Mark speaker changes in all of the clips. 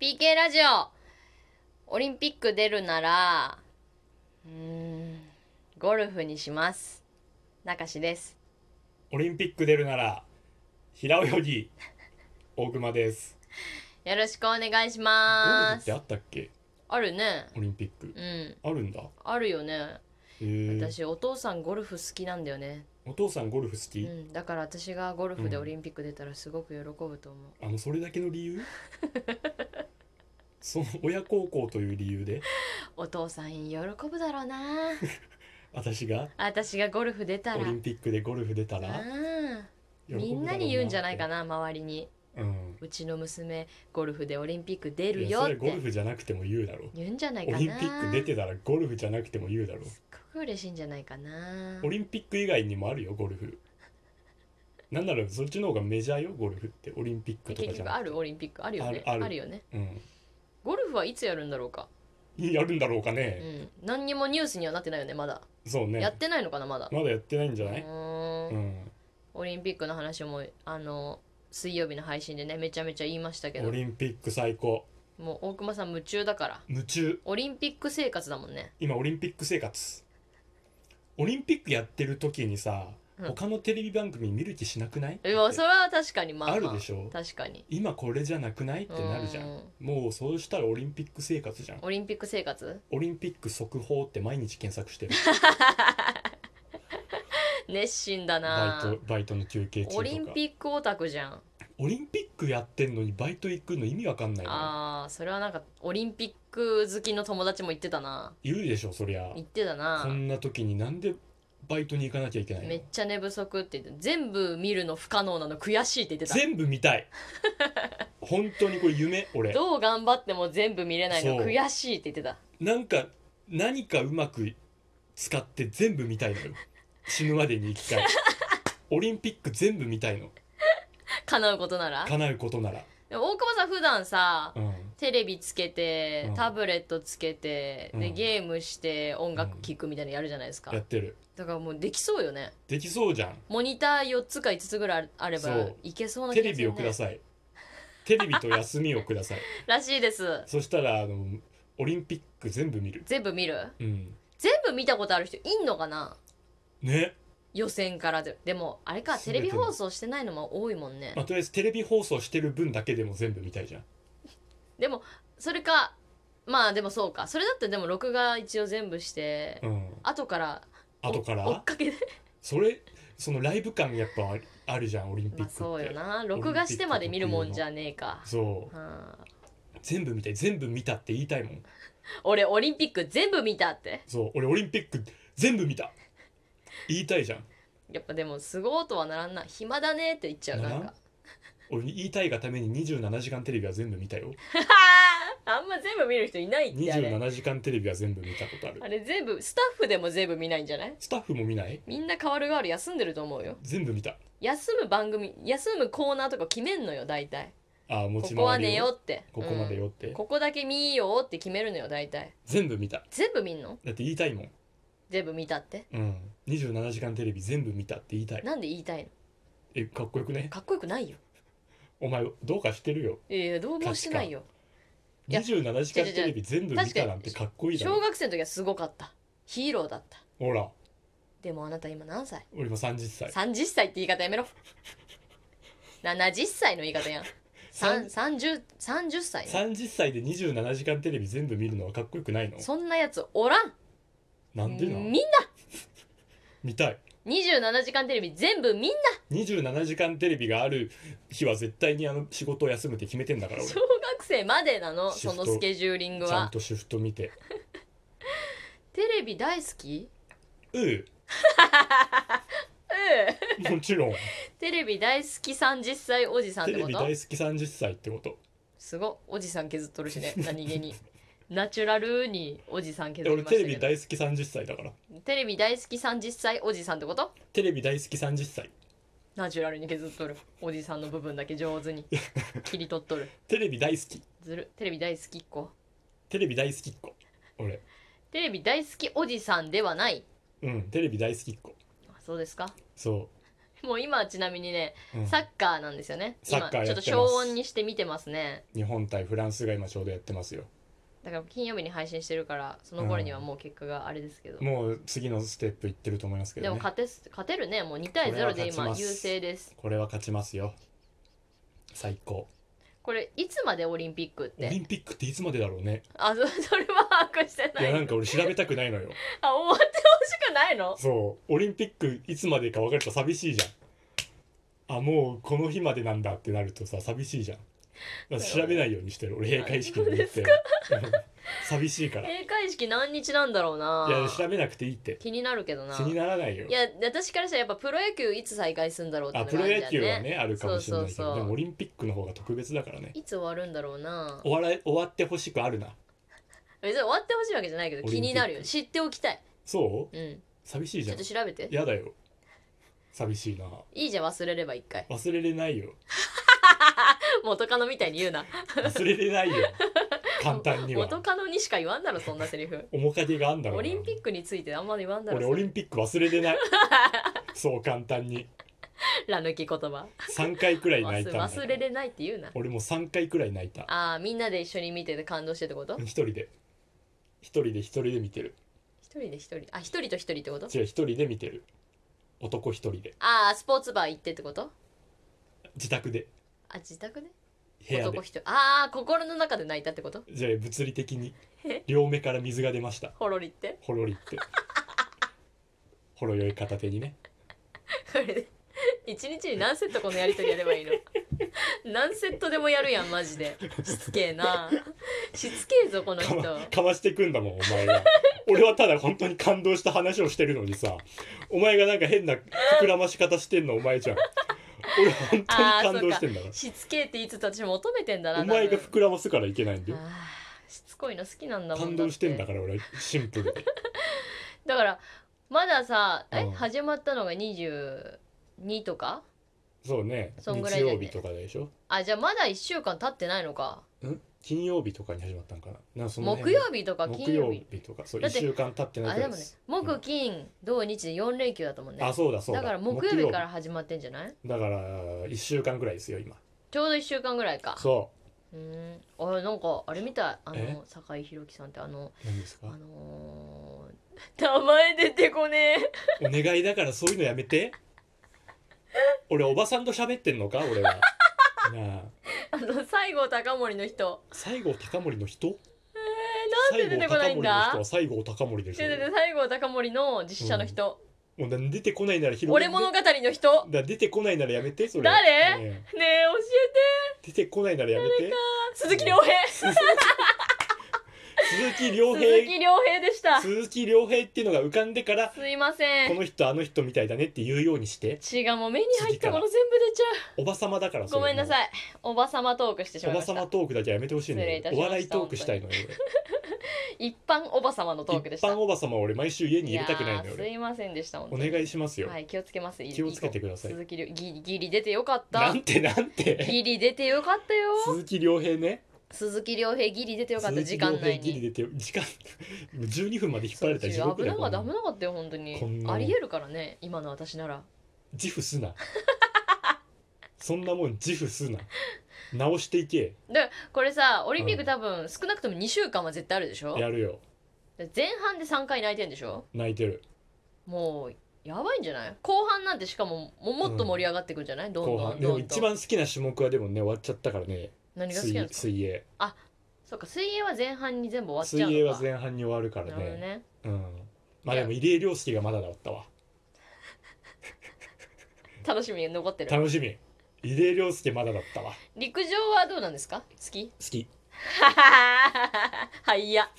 Speaker 1: PK ラジオオリンピック出るならうーんゴルフにします中志です
Speaker 2: オリンピック出るなら平泳ぎ大熊です。
Speaker 1: よろしくお願いし
Speaker 2: ゴル
Speaker 1: ま
Speaker 2: フっ
Speaker 1: す
Speaker 2: てあったっけ
Speaker 1: あるね
Speaker 2: オリンピック
Speaker 1: うん
Speaker 2: あるんだ。
Speaker 1: あるよね
Speaker 2: へー
Speaker 1: 私お父さんゴルフ好きなんだよね、
Speaker 2: お父さんゴルフ好
Speaker 1: う
Speaker 2: き、
Speaker 1: ん、だから私がゴルフで
Speaker 2: うん
Speaker 1: オリンピック出たらすごく喜ぶと思う
Speaker 2: あのそれだけの 理由その親孝行という理由で
Speaker 1: お父さん喜ぶだろう な
Speaker 2: 私が
Speaker 1: 私がゴルフ出た
Speaker 2: オ
Speaker 1: ら
Speaker 2: リンピックでゴルフ出たら
Speaker 1: うん
Speaker 2: 喜ぶだろう
Speaker 1: みんなに言うんじゃないか
Speaker 2: な
Speaker 1: な周りに
Speaker 2: って。うん。
Speaker 1: うちの娘ゴルフでオリンピック出る
Speaker 2: い
Speaker 1: よ
Speaker 2: やそ
Speaker 1: っ
Speaker 2: れゴル
Speaker 1: て
Speaker 2: フじゃなくても言うだろう。
Speaker 1: 言うんじゃないか
Speaker 2: オ
Speaker 1: な
Speaker 2: リンピック出てたらゴルフじゃなくても言うだろう。
Speaker 1: すっごく嬉しいんじゃないかな
Speaker 2: オリンピック以外にもあるよゴルフなんならそっちの方がメジャーよゴルフってオリンピックとか
Speaker 1: 結
Speaker 2: じゃ
Speaker 1: 局
Speaker 2: な
Speaker 1: あ
Speaker 2: くて
Speaker 1: るオリンピックあるよね
Speaker 2: あるある
Speaker 1: よね
Speaker 2: うん
Speaker 1: ゴルフはいつやるんだろうか、
Speaker 2: やるんだろうか
Speaker 1: う
Speaker 2: ね、
Speaker 1: ん、何にもニュースにはなってないよねまだ、
Speaker 2: そうね
Speaker 1: やってないのかなまだ、
Speaker 2: まだやってないんじゃな
Speaker 1: う
Speaker 2: い
Speaker 1: ーん
Speaker 2: うん、
Speaker 1: オリンピックの話もあの水曜日の配信でねめちゃめちゃ言いましたけど
Speaker 2: オリンピック最高
Speaker 1: もう大熊さん夢中だから
Speaker 2: 夢中
Speaker 1: オリンピック生活だもんね
Speaker 2: 今オリンピック生活オリンピックやってる時にさ、
Speaker 1: うん
Speaker 2: 他のテレビ番組見る気しなくない、
Speaker 1: いやそれは確かにまあ、ま
Speaker 2: あるでしょ
Speaker 1: 確かに
Speaker 2: 今これじゃなくないってなるじゃ
Speaker 1: うんん
Speaker 2: もうそうしたらオリンピック生活じゃん
Speaker 1: オリンピック生活
Speaker 2: オリンピック速報って毎日検索してる
Speaker 1: 熱心だ
Speaker 2: バ
Speaker 1: な
Speaker 2: イトバイトの休憩中とか
Speaker 1: オリンピックオタクじゃん
Speaker 2: オリンピックやってんのにバイト行くの意味わかんないな
Speaker 1: あーそれはなんかオリンピック好きの友達も言ってたな
Speaker 2: 言うでしょそりゃ
Speaker 1: 言ってたな
Speaker 2: こんな時になんでバイトに行かなきゃいけない
Speaker 1: めっ
Speaker 2: の
Speaker 1: ちゃ寝不足って言って全部見るの不可能なの悔しいって言って
Speaker 2: 全部見 たい本当にこれ夢
Speaker 1: た
Speaker 2: 俺
Speaker 1: どう頑張っても全部見れないの
Speaker 2: そう
Speaker 1: 悔しいって言ってた
Speaker 2: なんか何かうまく使って全部見たいのよ死ぬまで に一回オリンピック全部見たいの
Speaker 1: 叶うことなら
Speaker 2: 叶うことなら
Speaker 1: でも大久保さん普段さ
Speaker 2: うん
Speaker 1: テレビつけて
Speaker 2: うん
Speaker 1: タブレットつけて、
Speaker 2: う
Speaker 1: で
Speaker 2: ん
Speaker 1: ゲームして音楽聴くみたいなのやるじゃないですか、
Speaker 2: やってる
Speaker 1: だからもうできそうよね
Speaker 2: できそうじゃん
Speaker 1: モニター4つか5つぐらいあれば
Speaker 2: そう
Speaker 1: いけそうな気
Speaker 2: テ
Speaker 1: がす
Speaker 2: レ
Speaker 1: る、ね、
Speaker 2: ビをくださいテレビと休みをください
Speaker 1: らしいです
Speaker 2: そしたらあのオリンピック全部見る
Speaker 1: 全部見る
Speaker 2: うん
Speaker 1: 全部見たことある人いんのかな
Speaker 2: ね
Speaker 1: 予選からででもあれかテレビ
Speaker 2: 全ての
Speaker 1: 放送してないのも多いもんね
Speaker 2: まあ、とりあえずテレビ放送してる分だけでも全部見たいじゃん
Speaker 1: でもそれかまあでもそうかそれだってでも録画一応全部して、
Speaker 2: うん
Speaker 1: 後から
Speaker 2: 後か
Speaker 1: 追っ
Speaker 2: ら
Speaker 1: かけで
Speaker 2: それそのライブ感やっぱあるあるじゃんオリンピックって、
Speaker 1: まあそうよな録画してまで見るもんじゃねえか、
Speaker 2: そう
Speaker 1: うん
Speaker 2: 全部見たい全部見たって言いたいもん
Speaker 1: 俺オリンピック全部見たって
Speaker 2: そう俺オリンピック全部見た言いたいじゃん
Speaker 1: やっぱでもすごいとはならんな暇だねって言っちゃう
Speaker 2: な
Speaker 1: な
Speaker 2: らん
Speaker 1: んか
Speaker 2: 俺言いたいがために27時間テレビは全部見たよ
Speaker 1: あんま全部見る人いないってあれ
Speaker 2: 27時間テレビは全部見たことある
Speaker 1: あれ全部スタッフでも全部見ないんじゃない
Speaker 2: スタッフも見ない
Speaker 1: みんな代わる代わる休んでると思うよ
Speaker 2: 全部見た
Speaker 1: 休む番組休むコーナーとか決めんのよ大体
Speaker 2: ああ持
Speaker 1: こ
Speaker 2: ち
Speaker 1: こは
Speaker 2: 回り
Speaker 1: 寝
Speaker 2: を
Speaker 1: ようって
Speaker 2: ここまで
Speaker 1: うん
Speaker 2: よって、
Speaker 1: ここだけ見ようって決めるのよ大体
Speaker 2: 全部見た
Speaker 1: 全部見んの
Speaker 2: だって言いたいもん
Speaker 1: 全部見たって
Speaker 2: うん27時間テレビ全部見たって言いたい
Speaker 1: なんで言いたいの
Speaker 2: えかっこよくね
Speaker 1: かっこよくないよ
Speaker 2: お前どうかしてるよ
Speaker 1: いやいやどうもしてないよいや
Speaker 2: 27時間テレビ全部見たなんてかっこいいだ
Speaker 1: 小
Speaker 2: ろ
Speaker 1: 学生の時はすごかったヒーローだった
Speaker 2: ほら
Speaker 1: でもあなた今何歳
Speaker 2: 俺も30歳
Speaker 1: 30歳って言い方やめろ70歳の言い方やんさん
Speaker 2: 三
Speaker 1: 30 30歳よ
Speaker 2: 30歳で27時間テレビ全部見るのはかっこよくないの
Speaker 1: そんなやつおらん
Speaker 2: なんでな
Speaker 1: みん
Speaker 2: 見たい
Speaker 1: な27時間テレビ全部みんな
Speaker 2: 27時間テレビがある日は絶対にあの仕事を休むって決めてんだから俺
Speaker 1: 小学生までなの
Speaker 2: シ
Speaker 1: そ
Speaker 2: フト
Speaker 1: のスケジューリング
Speaker 2: ちゃん
Speaker 1: は
Speaker 2: とシフト見て
Speaker 1: テレビ大好き
Speaker 2: うん
Speaker 1: うん
Speaker 2: もち ろん
Speaker 1: テレビ大好き30歳おじさんっ
Speaker 2: テ
Speaker 1: て
Speaker 2: レ
Speaker 1: こ
Speaker 2: ビ
Speaker 1: と
Speaker 2: 大好き30歳ってこと
Speaker 1: すごいおじさん削っとるしね何気に ナチュラルにおじさん削
Speaker 2: 俺
Speaker 1: りまし
Speaker 2: テレ
Speaker 1: たけ
Speaker 2: ビ
Speaker 1: ど
Speaker 2: 大好き30歳だから
Speaker 1: テレビ大好き30歳おじさんってこと
Speaker 2: テレビ大好き30歳
Speaker 1: ナチュラルに削っとるおじさんの部分だけ上手に切り取っとる
Speaker 2: テレビ大好き
Speaker 1: ずるテレビ大好きっ子
Speaker 2: テレビ大好きっ子俺
Speaker 1: テレビ大好きおじさんではない
Speaker 2: うんテレビ大好きっ子
Speaker 1: あそうですか
Speaker 2: そ
Speaker 1: もう今はちなみにね、
Speaker 2: うん
Speaker 1: サッカーなんですよね。
Speaker 2: サッカー
Speaker 1: 今
Speaker 2: や
Speaker 1: ち
Speaker 2: って
Speaker 1: ょっ
Speaker 2: ま
Speaker 1: と
Speaker 2: す
Speaker 1: 小音にして見てますね。
Speaker 2: 日本対フランスが今ちょうどやってますよ
Speaker 1: だから金曜日に配信してるから、その頃にはもう結果があれですけど。
Speaker 2: もう次のステップいってると思いますけ
Speaker 1: で
Speaker 2: ど
Speaker 1: も
Speaker 2: ね
Speaker 1: 勝てす勝てるね、もう2対0で
Speaker 2: これは勝ち
Speaker 1: 今
Speaker 2: ます
Speaker 1: 優勢です。
Speaker 2: これは勝ちますよ最高
Speaker 1: これいつまでオリンピックっ
Speaker 2: オリ
Speaker 1: て？
Speaker 2: ンピックっていつまでだろうね
Speaker 1: あ、そ それは把握して
Speaker 2: い
Speaker 1: な
Speaker 2: や
Speaker 1: い。
Speaker 2: なんか俺調べたくないのよ
Speaker 1: あ、終わってほしくないの？
Speaker 2: そうオリンピックいつまでか分かると寂しいじゃんあもうこの日までなんだってなるとさ寂しいじゃんだから調べないようにしてる俺閉会式に行って 寂しいからい
Speaker 1: 閉会式何日なんだろうな。
Speaker 2: や調べなくていいって
Speaker 1: 気になるけどな。
Speaker 2: 気にならないよ
Speaker 1: いや私からしたらやっぱプロ野球いつ再開するんだろうって
Speaker 2: あ
Speaker 1: のが
Speaker 2: プロ
Speaker 1: ある
Speaker 2: 野
Speaker 1: じゃ
Speaker 2: 球
Speaker 1: ん
Speaker 2: はねあるかもしれないけど
Speaker 1: そうそうそう
Speaker 2: でもオリンピックの方が特別だからね
Speaker 1: いつ終わるんだろうな
Speaker 2: 終わら終わってほしくあるな
Speaker 1: 別に終わってほしいわけじゃないけど
Speaker 2: オリ
Speaker 1: 気
Speaker 2: ンピック
Speaker 1: になるよ知っておきたい
Speaker 2: そう
Speaker 1: うん
Speaker 2: 寂しいじ
Speaker 1: ちょ
Speaker 2: ゃ
Speaker 1: っ
Speaker 2: ん
Speaker 1: と調べて
Speaker 2: 嫌だよ寂しいない
Speaker 1: いじゃん忘れれば一回
Speaker 2: 忘れれないよ
Speaker 1: 元カノみたいに言うな
Speaker 2: 忘れ れないよ簡単には
Speaker 1: 元カノにしか言わんだろそんなセリフ
Speaker 2: 面影があんだろう
Speaker 1: オ
Speaker 2: な
Speaker 1: リンピックについてあんまり言わんだろ
Speaker 2: 俺
Speaker 1: そ
Speaker 2: オ
Speaker 1: んな
Speaker 2: リンピック忘れ れないそう簡単に
Speaker 1: ら抜き言葉
Speaker 2: 3回くらい泣いたんだから
Speaker 1: 忘れれないって言うな
Speaker 2: 俺も3回くらい泣いた
Speaker 1: ああみんなで一緒に見てて感動してってこと
Speaker 2: 一人で一人で一人で見てる
Speaker 1: 一人で一人あ一人と一人ってこと
Speaker 2: 違う一人で見てる男一人で
Speaker 1: ああスポーツバー行ってってこと
Speaker 2: 自宅で
Speaker 1: あ自宅で
Speaker 2: 部屋で
Speaker 1: 男一人ああ心の中で泣いたってこと
Speaker 2: じゃあ物理的に
Speaker 1: え
Speaker 2: 両目から水が出ました
Speaker 1: ほろりって
Speaker 2: ほろりってほろ酔い片手にね
Speaker 1: これで一日に何セットこのやりとりやれば いいの何セットでもやるやんマジでしつけえなしつけえぞこの
Speaker 2: か
Speaker 1: 人
Speaker 2: わかわしてくんだもんお前が俺はただ本当に感動した話をしてるのにさお前がなんか変な膨らまし方してんのお前じゃん俺本
Speaker 1: あ
Speaker 2: 当
Speaker 1: ー
Speaker 2: に感動してんだか
Speaker 1: しつけえって言いつつ私求めてんだ
Speaker 2: ら
Speaker 1: な
Speaker 2: お前が
Speaker 1: 多分
Speaker 2: 膨らますからいけないんだよ
Speaker 1: あーしつこいの好きなんだもん
Speaker 2: 感動してんだ
Speaker 1: か
Speaker 2: から俺シンプルで
Speaker 1: らだからまださえ、
Speaker 2: うん
Speaker 1: 始まったのが22とか
Speaker 2: そうね
Speaker 1: そんぐら
Speaker 2: 日
Speaker 1: いだよ
Speaker 2: 曜
Speaker 1: ね
Speaker 2: 日とかでしょ
Speaker 1: あじゃあまだ1週間経ってないのか
Speaker 2: ん金曜日とかに始まったんかななんかその
Speaker 1: 木
Speaker 2: 辺
Speaker 1: 曜日とか金曜日
Speaker 2: 木曜日とかそう
Speaker 1: だ
Speaker 2: 1
Speaker 1: って
Speaker 2: 週間経ってない
Speaker 1: あ
Speaker 2: く
Speaker 1: で
Speaker 2: らい
Speaker 1: も
Speaker 2: で
Speaker 1: ね
Speaker 2: す
Speaker 1: 木金土日で4連休だと思うね
Speaker 2: あそうだそうだ
Speaker 1: だから木曜日から始まってんじゃない
Speaker 2: 木曜日だから1週間くらいですよ今
Speaker 1: ちょうど1週間ぐらいか
Speaker 2: そう
Speaker 1: ーんあれなんかあれみたいあ
Speaker 2: え
Speaker 1: の酒井宏樹さんってあの
Speaker 2: う何ですか
Speaker 1: あのー 名前出てこねえ
Speaker 2: お願いだからそういうのやめて俺おばさんと喋ってんのか俺はなあ
Speaker 1: あの西郷隆盛の人
Speaker 2: 西郷隆盛の人
Speaker 1: えー、なんで出てこないんだ
Speaker 2: 西郷隆盛の人は西郷隆盛でし
Speaker 1: ででで西郷隆盛の実写の人、
Speaker 2: ょもうな出てこないなら広
Speaker 1: 俺
Speaker 2: げて
Speaker 1: 物語の人ね
Speaker 2: だ出てこないならやめてそれ
Speaker 1: 誰
Speaker 2: ねえ
Speaker 1: え教えて
Speaker 2: 出てこないならやめて
Speaker 1: 鈴木亮平
Speaker 2: 鈴木亮
Speaker 1: 鈴
Speaker 2: 平
Speaker 1: 木亮平でしたす
Speaker 2: 鈴木亮平っていうのが浮かんでから
Speaker 1: いませ
Speaker 2: こ
Speaker 1: ん
Speaker 2: の人あの人みたいだねって言うようにして
Speaker 1: 血がもう目に入ったもの全部出ちゃ
Speaker 2: おばさまだから
Speaker 1: うごめんなさいおばさまトークしてし
Speaker 2: お
Speaker 1: まい
Speaker 2: ば
Speaker 1: まし
Speaker 2: さ
Speaker 1: た
Speaker 2: まトークだけやめてほしいの
Speaker 1: 失礼
Speaker 2: よ
Speaker 1: いたし
Speaker 2: お
Speaker 1: ました
Speaker 2: 笑いトークしたいのよ俺
Speaker 1: 一般おばさまのトークで
Speaker 2: 一
Speaker 1: した
Speaker 2: 般おばさま俺毎週家に入れたくないの
Speaker 1: や
Speaker 2: よ
Speaker 1: ー
Speaker 2: 俺
Speaker 1: すいませんでした本
Speaker 2: お
Speaker 1: 当に
Speaker 2: 願いしますよ、
Speaker 1: はい、気をつけます。い
Speaker 2: 気をつけてください
Speaker 1: 鈴木亮ギリギリ出てよかっ
Speaker 2: な
Speaker 1: た
Speaker 2: ん。てなんて
Speaker 1: ギリ出てよかったよ。
Speaker 2: 鈴木亮平ね
Speaker 1: 鈴木亮平ギリ出てよかった
Speaker 2: 鈴
Speaker 1: 時
Speaker 2: 木
Speaker 1: 間
Speaker 2: 亮平
Speaker 1: 内
Speaker 2: ギリ
Speaker 1: に。
Speaker 2: 出てよ時間 もう12分まで引っ張られたら地
Speaker 1: そう
Speaker 2: 獄
Speaker 1: 危な
Speaker 2: だ
Speaker 1: か
Speaker 2: こ
Speaker 1: った危
Speaker 2: んな
Speaker 1: なかったよ本当
Speaker 2: こん
Speaker 1: に
Speaker 2: なの
Speaker 1: ありえるからね今の私なら
Speaker 2: 自負すなそんなもん自負すな直していけ
Speaker 1: でこれさオリンピッ
Speaker 2: う
Speaker 1: ク
Speaker 2: ん
Speaker 1: 多分少なくとも2週間は絶対あるでしょ
Speaker 2: やるよ
Speaker 1: で前半で3回泣いてんでしょ
Speaker 2: 泣いてる
Speaker 1: もうやばいんじゃない後半なんてしかもももっと盛り上がってくんじゃないどん
Speaker 2: 後
Speaker 1: ど
Speaker 2: 半
Speaker 1: ん
Speaker 2: で
Speaker 1: ど
Speaker 2: も
Speaker 1: ん
Speaker 2: 一
Speaker 1: どん
Speaker 2: 番好きな種目はでもね終わっちゃったからね
Speaker 1: 何が好きな
Speaker 2: 水
Speaker 1: の
Speaker 2: 水泳
Speaker 1: そうか水泳は前半に全部終
Speaker 2: 水
Speaker 1: わっちゃうのか
Speaker 2: 泳は前半に終わるから
Speaker 1: なるほど
Speaker 2: ね
Speaker 1: ね
Speaker 2: うんまあでも入江良介がまだだったわ
Speaker 1: 楽しみに残ってる
Speaker 2: 楽しみ入江良介まだだったわ
Speaker 1: 陸上はどうなんですか好 き
Speaker 2: 好き
Speaker 1: はいや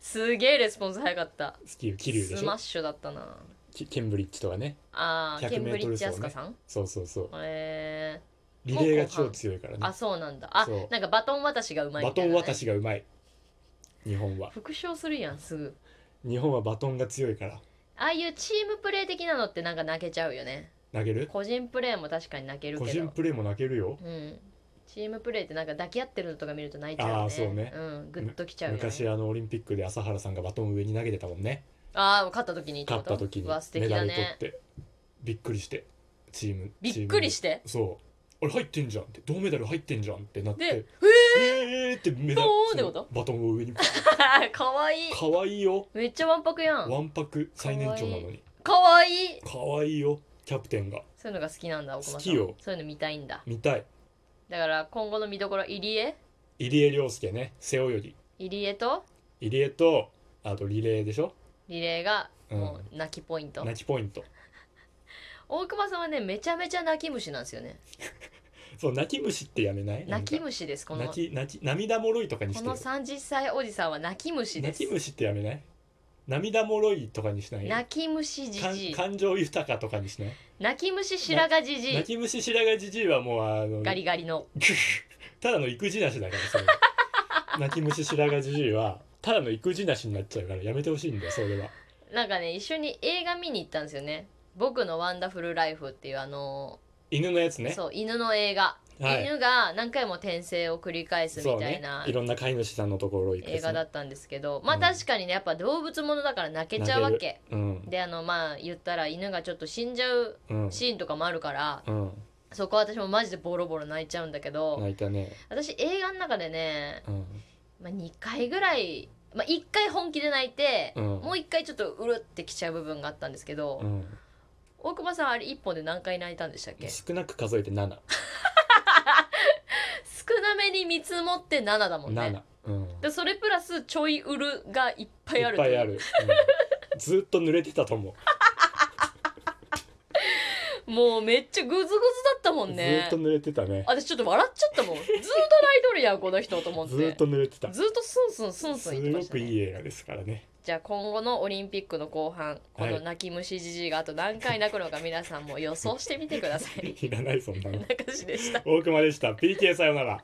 Speaker 1: すげえレスポンス早かった
Speaker 2: 好きよ桐生で
Speaker 1: ス
Speaker 2: し
Speaker 1: マ
Speaker 2: ょ
Speaker 1: ッシュだったな
Speaker 2: きケンブリッジとかね
Speaker 1: あーケンブリッ
Speaker 2: 100m
Speaker 1: ジアスカさん、
Speaker 2: そうそうそう
Speaker 1: え
Speaker 2: リレーが超強いから
Speaker 1: ー、あ
Speaker 2: ね
Speaker 1: そうなんだあ
Speaker 2: そう
Speaker 1: なんかバトン渡しがうまい
Speaker 2: バ
Speaker 1: みた
Speaker 2: ト
Speaker 1: いな、
Speaker 2: ン
Speaker 1: ね、
Speaker 2: 渡しがうまい日本は
Speaker 1: 復唱するやんすぐ
Speaker 2: 日本はバトンが強いから
Speaker 1: ああいうチームプレー的なのってなんか泣けちゃうよね
Speaker 2: 投げる
Speaker 1: 個人プレーも確かに泣ける
Speaker 2: 個
Speaker 1: け
Speaker 2: 人
Speaker 1: ど
Speaker 2: プレーも投げるよ
Speaker 1: うんチームプレーってなんか抱き合ってるのとか見ると泣いちゃうよね
Speaker 2: あーそうね
Speaker 1: うんグッときちゃうよね
Speaker 2: 昔あのオリンピックで朝原さんがバトン上に投げてたもんね
Speaker 1: ああ勝った時にってこ
Speaker 2: 勝っ
Speaker 1: と
Speaker 2: た時に
Speaker 1: うわ素敵
Speaker 2: メダ
Speaker 1: だ
Speaker 2: ル取
Speaker 1: ね
Speaker 2: ってびっくりしてチーム
Speaker 1: びっくり
Speaker 2: し
Speaker 1: して
Speaker 2: そうあれ入ってんじゃんって銅メダル入ってんじゃんってなっ
Speaker 1: で
Speaker 2: て
Speaker 1: 「え
Speaker 2: えーってメダル
Speaker 1: どうって
Speaker 2: そ
Speaker 1: こ
Speaker 2: う
Speaker 1: と
Speaker 2: バトンを 上に
Speaker 1: ー、かわいい
Speaker 2: かわいいよ
Speaker 1: めっちゃわんぱくやん
Speaker 2: わんぱく最年長なのに
Speaker 1: かわいい
Speaker 2: かわいいよキャプテンが
Speaker 1: そういうのが好きなんだ奥間さん
Speaker 2: 好きよ
Speaker 1: そういうの見たいんだ
Speaker 2: 見たい
Speaker 1: だから今後の見どころ入江
Speaker 2: 入江涼介ね背泳ぎ
Speaker 1: 入江と
Speaker 2: 入江とあとリレーでしょ
Speaker 1: リレーが
Speaker 2: うん
Speaker 1: もう泣きポイント、
Speaker 2: 泣きポイント
Speaker 1: 大熊さんはねめちゃめちゃ泣き虫なんですよね
Speaker 2: そう泣き虫ってやめないなん
Speaker 1: 泣き
Speaker 2: か
Speaker 1: 虫ですこの
Speaker 2: 泣き泣き涙もろいとかに
Speaker 1: こ
Speaker 2: してよ
Speaker 1: の30歳おじさんは泣き虫で
Speaker 2: 泣
Speaker 1: す
Speaker 2: き虫ってやめない涙もろいとかにしない
Speaker 1: 泣き虫
Speaker 2: か
Speaker 1: じ
Speaker 2: ん
Speaker 1: じい
Speaker 2: 感情豊かとかにしない
Speaker 1: 泣き虫白髪じじ
Speaker 2: 泣
Speaker 1: い
Speaker 2: き虫白髪じじいはもうあの
Speaker 1: ガリガリの
Speaker 2: ただの育児なしだから それ泣き虫白髪じじいはただの育児なしになっちゃうからやめてほしいんだよそれは
Speaker 1: なんかね一緒に映画見に行ったんですよね「僕のワンダフルライフ」っていうあの
Speaker 2: 犬のやつ
Speaker 1: ー
Speaker 2: ね
Speaker 1: そう犬の映画、
Speaker 2: はい
Speaker 1: 犬が何回も転生を繰り返す
Speaker 2: そう
Speaker 1: みたい
Speaker 2: ね
Speaker 1: ない
Speaker 2: ろんな飼い主さんのところ行って
Speaker 1: 映画だったんですけどまあ
Speaker 2: うん
Speaker 1: 確かにねやっぱ動物ものだから泣けちゃうわ
Speaker 2: 泣
Speaker 1: け
Speaker 2: うん
Speaker 1: であのまあ言ったら犬がちょっと死んじゃう
Speaker 2: うん
Speaker 1: シーンとかもあるから
Speaker 2: うん
Speaker 1: そこは私もマジでボロボロ泣いちゃうんだけど
Speaker 2: 泣いたね
Speaker 1: 私映画の中でね、
Speaker 2: うん
Speaker 1: まあ、2回ぐらい、まあ、1回本気で泣いて、
Speaker 2: うん
Speaker 1: もう1回ちょっとうるってきちゃう部分があったんですけど、
Speaker 2: うん
Speaker 1: 大久保さんあれ1本で何回泣いたんでしたっけ
Speaker 2: 少なく数えて7
Speaker 1: 少なめに見積もって7だもんね
Speaker 2: 7うん
Speaker 1: でそれプラスちょい売るがいっぱいある
Speaker 2: いっぱいあ
Speaker 1: という
Speaker 2: る、うんずっと濡れてたと思
Speaker 1: もうめっちゃグズグズだったも
Speaker 2: う、
Speaker 1: んね
Speaker 2: ずっと濡れてたね
Speaker 1: 私ちょっと笑っちゃったもんずっと泣いとるやんこの人と思って
Speaker 2: ずっと濡れてた
Speaker 1: ずっとスンスンスンスン言ってまし
Speaker 2: すご
Speaker 1: た、
Speaker 2: く
Speaker 1: ね、
Speaker 2: いい映画ですからね
Speaker 1: じゃあ今後のオリンピックの後半こ
Speaker 2: は
Speaker 1: の
Speaker 2: い
Speaker 1: 泣き虫じじいがあと何回泣くのか皆さんも予想してみてください
Speaker 2: いらないそんなの
Speaker 1: 中志でした
Speaker 2: 大熊でした PK さよなら